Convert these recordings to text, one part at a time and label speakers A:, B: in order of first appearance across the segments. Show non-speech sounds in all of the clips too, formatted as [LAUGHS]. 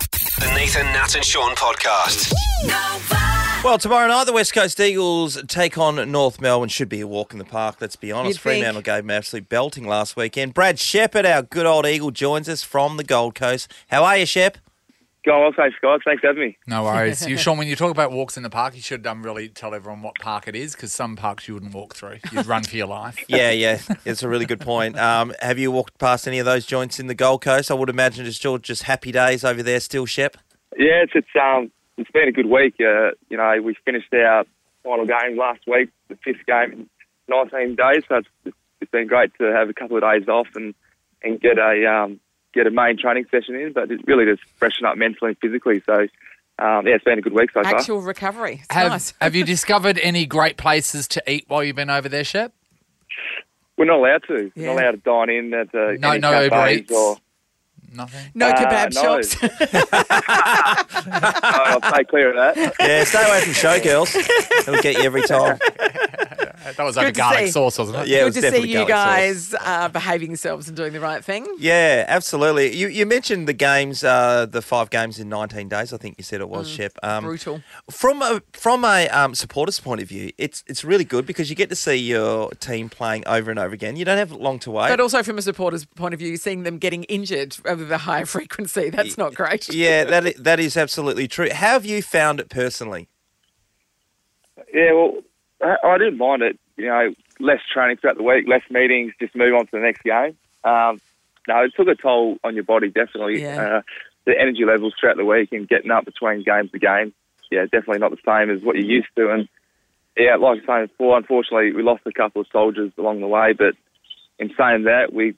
A: The Nathan, Nat, and Sean podcast.
B: Well, tomorrow night the West Coast Eagles take on North Melbourne. Should be a walk in the park. Let's be honest.
C: You'd think.
B: Fremantle gave them an absolute belting last weekend. Brad Shepherd, our good old Eagle, joins us from the Gold Coast. How are you, Shep?
D: Go well, thanks, guys. Thanks for having me.
E: No worries.
C: [LAUGHS]
E: You, Sean, when you talk about walks in the park, you should um, really tell everyone what park it is because some parks you wouldn't walk through. You'd run for your life.
B: [LAUGHS] Yeah, yeah, it's a really good point. Um, have you walked past any of those joints in the Gold Coast? I would imagine it's still just happy days over there, still, Shep.
D: Yeah, it's it's um it's been a good week. Uh, you know, we finished our final game last week, the fifth game in 19 days. So it's, it's been great to have a couple of days off and and get a um get a main training session in, but it's really just freshen up mentally and physically. So um, yeah, it's been a good week so far.
C: Actual recovery. It's
E: Have,
C: [LAUGHS] nice.
E: have you discovered any great places to eat while you've been over there, Shep?
D: We're not allowed to.
C: Yeah.
D: We're not allowed to dine in at uh,
E: No,
D: any
E: no Uber
D: cafes
E: Eats.
D: or. oh,
E: Nothing.
C: No
B: Ah,
D: Uh,
C: kebab
D: no.
C: shops.
D: No, I'll stay clear
E: [LAUGHS]
D: of that. [LAUGHS]
B: Yeah, stay away from showgirls. [LAUGHS] It'll get you every time.
E: That was over
C: Good to
E: garlic
C: see.
E: sauce, wasn't it?
B: Yeah, it was
C: Good to see
B: definitely
C: you
B: garlic sauce.
C: guys uh, behaving yourselves and doing the right thing.
B: Yeah, absolutely. You you mentioned the games, uh, the five games in 19 days. I think you said it
C: Mm.
B: was, Shep. Um,
C: Brutal.
B: From a from a um, supporters' point of view, it's it's really good because you get to see your team playing over and over again. You don't have long to wait.
C: But also from a supporter's point of view, seeing them getting injured over the high [LAUGHS] frequency, that's not great.
B: yeah, that i- that is absolutely true. How have you found it personally?
D: Yeah, well, I, I didn't mind it. You know, less training throughout the week, less meetings, just move on to the next game. Um, no, it took a toll on your body, definitely.
C: Yeah.
D: Uh, the energy levels throughout the week and getting up between game to game, yeah, definitely not the same as what you're used to. And yeah, like I was saying before, unfortunately, we lost a couple of soldiers along the way. But in saying that, we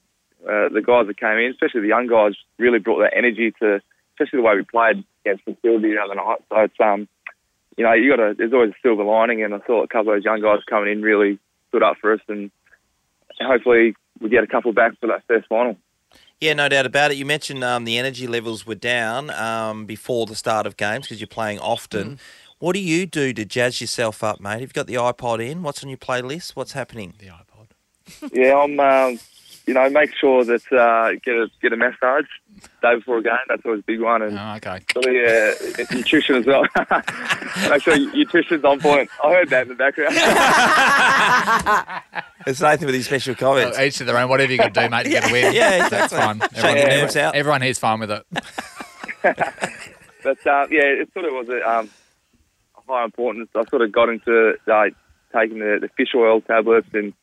D: uh, the guys that came in, especially the young guys, really brought that energy to, especially the way we played against the field the other night. So it's um, you know, you got to. There's always a silver lining, and I thought a couple of those young guys coming in really stood up for us, and hopefully we get a couple back for that first final.
B: Yeah, no doubt about it. You mentioned um, the energy levels were down um, before the start of games because you're playing often. What do you do to jazz yourself up, mate? Have you got the iPod in? What's on your playlist? What's happening?
E: The iPod.
D: yeah, I'm. Um, you know, make sure that uh, get a get a massage day before a game. That's always a big one, and
E: Oh, okay.
D: really uh, nutrition as well. [LAUGHS] make sure your nutrition's on point. I heard that in the background.
B: It's Nathan with his special
E: Well,
B: comments.
E: Each to their own. Whatever you can do, mate, to get a win.
B: [LAUGHS] Yeah,
E: that's
B: exactly.
E: fine.
B: Shake your nerves out.
E: everyone here's fine with it.
D: But uh, yeah, it sort of was a um, high importance. I sort of got into like taking the, the fish oil tablets and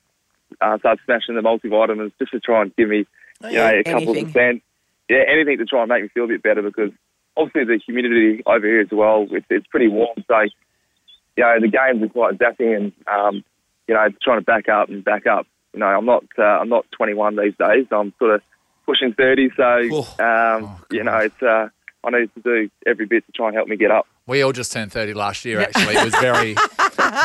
D: uh, started smashing the multivitamins just to try and give me you know, a couple
C: anything.
D: of percent. Yeah, anything to try and make me feel a bit better because obviously the humidity over here as well, it's, it's pretty warm. So, you know, the games are quite zapping and, um, you know, trying to back up and back up. You know, I'm not uh, I'm not 21 these days. I'm sort of pushing 30. So,
B: Oh.
D: um, you know, it's uh, I need to do every bit to try and help me get up.
E: We all just turned 30 last year, actually. It was
C: [LAUGHS]
E: very,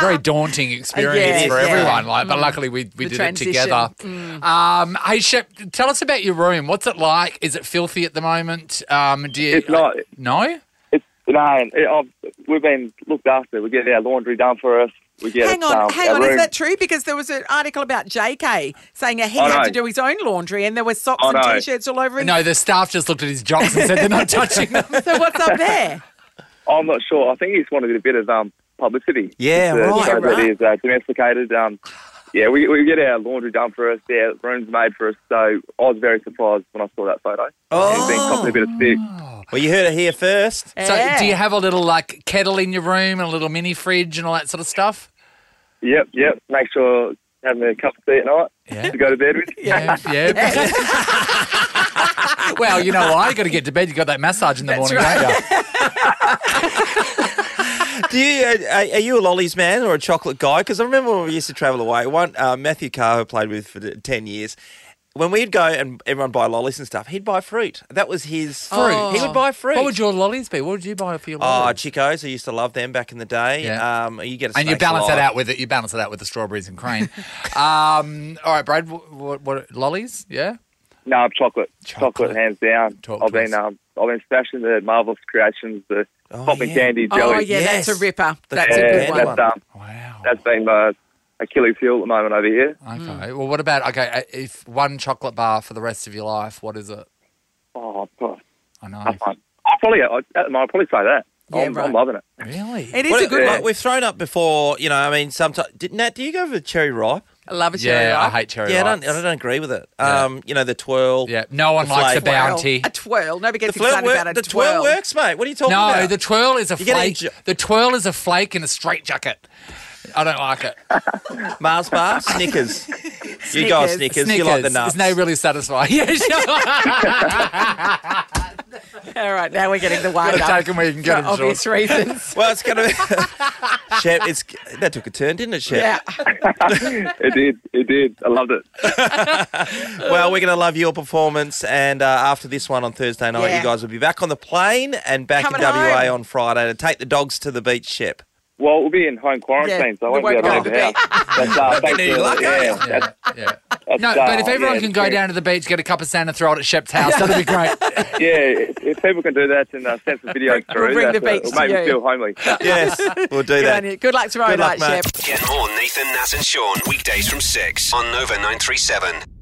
E: very daunting experience
C: Yeah,
E: for
C: yeah. Mm.
E: everyone. Like, But luckily, we, we
C: The
E: did
C: transition. Mm.
E: it together. Um, hey, Shep, tell us about your room. What's it like? Is it filthy at the moment? Um, do you,
D: It's not.
E: No?
D: It's no. It, I've, we've been looked after. We get our laundry done for us. We get
C: hang on,
D: um,
C: hang
D: our
C: on. Is
D: room-
C: that true? Because there was an article about JK saying
B: Oh,
C: that he
D: I
C: had
D: know.
C: to do his own laundry and there were socks
D: I
C: and
D: know.
C: t shirts all over him.
E: No, the staff just looked at his jocks and said they're not touching them.
C: [LAUGHS] So what's up
B: [LAUGHS]
C: there?
D: I'm not sure. I think he just wanted a bit of um, publicity.
B: Yeah,
D: Just, uh,
B: right,
D: so
C: right.
D: That he is uh, domesticated. Um, yeah, we, we get our laundry done for us. Yeah, rooms made for us. So I was very surprised when I saw that photo. He's been copping a bit of stick.
B: Well, you heard it here first.
E: So,
C: Yeah.
E: do you have a little like kettle in your room and a little mini fridge and all that sort of stuff?
D: Yep, yep. Make sure having a cup of tea at night
E: Yeah.
D: to go to bed with.
E: Yeah. yeah.
C: [LAUGHS]
E: well, you know why? you got to get to bed. you got that massage in the morning, don't you?
B: Do you, uh, are are you a lollies man or a chocolate guy? Because I remember when we used to travel away, one uh, Matthew Carr, who I played with for the- 10 years, when we'd go and everyone buy lollies and stuff, he'd buy fruit. That was his fruit. He would buy fruit.
E: What would your lollies be? What would you buy for your
B: Oh,
E: lollies?
B: Chicos, I used to love them back in the day.
E: Yeah.
B: Um, you get a
E: and you
B: snake's
E: balance that
B: eye.
E: out with it. You balance it out with the strawberries and cream. [LAUGHS] um, all right, Brad. What, what, what lollies? Yeah.
D: [LAUGHS] No, chocolate. chocolate.
E: Chocolate.
D: hands down.
E: Talk
D: I've
E: to
D: been
E: us.
D: um, I've been smashing the marvelous creations, the
B: Oh,
D: popping
B: yeah.
D: candy jelly.
C: Oh, yeah,
B: Yes.
C: that's a ripper.
B: The
C: That's
B: Yeah,
C: a
D: Yeah,
C: good one.
D: that's um,
E: Wow.
D: that's been my Achilles heel at the moment over here.
E: okay. Well, what about okay? uh, If one chocolate bar for the rest of your life, what is it?
D: Oh, God.
E: I know.
D: Tough one. I probably I'd, at the moment, I'd probably say that.
C: Yeah,
D: I'm,
C: right.
D: I'm loving it.
E: Really?
C: It is
B: What-
C: a good
B: like,
C: one.
B: We've thrown up before, you know. I mean, sometimes Nat, do you go for cherry ripe?
C: I love a cherry.
E: yeah, I
C: ripe.
E: hate cherry
B: yeah, I
E: ripe.
B: don't, I don't agree with it. Um, you know the twirl.
E: Yeah, no one likes the
B: flake.
C: Twirl.
E: bounty.
C: A twirl. Nobody
B: the
C: gets
B: twirl,
C: excited
B: work,
C: about a
B: the twirl
C: twirl.
B: works, mate. What are you talking
E: No,
B: about?
E: the twirl is a
B: get
E: flake.
B: inju-
E: the twirl is a flake in a straitjacket. I don't like it.
B: Mars bar, Snickers. You go with Snickers.
E: Snickers.
B: You like the nuts.
E: Isn't they really satisfying? [LAUGHS] yeah,
B: [LAUGHS]
E: sure.
C: All right, now we're getting the wind
E: Gotta
C: up.
E: take 'em where you can get
C: for
E: 'em, George.
C: obvious reasons.
E: [LAUGHS]
B: well, it's
C: [LAUGHS]
B: gonna be. Shep, it's that took a turn, didn't it, Shep?
C: yeah.
D: It did. It did. I loved it.
B: Well, we're going to love your performance, and uh, after this one on Thursday night,
C: Yeah.
B: you guys will be back on the plane and back
C: Coming
B: in WA
C: home.
B: on Friday to take the dogs to the beach,
C: [LAUGHS]
B: Shep.
D: Well, we'll be in home quarantine,
C: Yeah,
D: so I won't
C: we
D: be able to
C: won't
D: leave the
C: go off
D: house. That's, uh, thanks
B: any
D: for-
B: luck, are
D: yeah,
E: Yeah, yeah.
D: that's,
E: No,
D: uh,
E: but if everyone
D: yeah,
E: can go
D: it's-
E: down to the beach, get a cup of sand, and throw it at Shep's
D: [LAUGHS]
E: house, that'd be great.
D: Yeah, if, if people can do that and uh, send some videos
C: We'll
D: through,
C: bring the
D: that's,
C: beach
D: uh, it'll
C: to
D: make me
C: you.
D: feel homely.
B: Yes, we'll do
C: Good, on
B: that.
C: you. Good luck tomorrow
B: Good luck,
C: night,
B: mate.
C: Shep.
A: Get more Nathan, Nat, and Sean weekdays from 6 on Nova 937.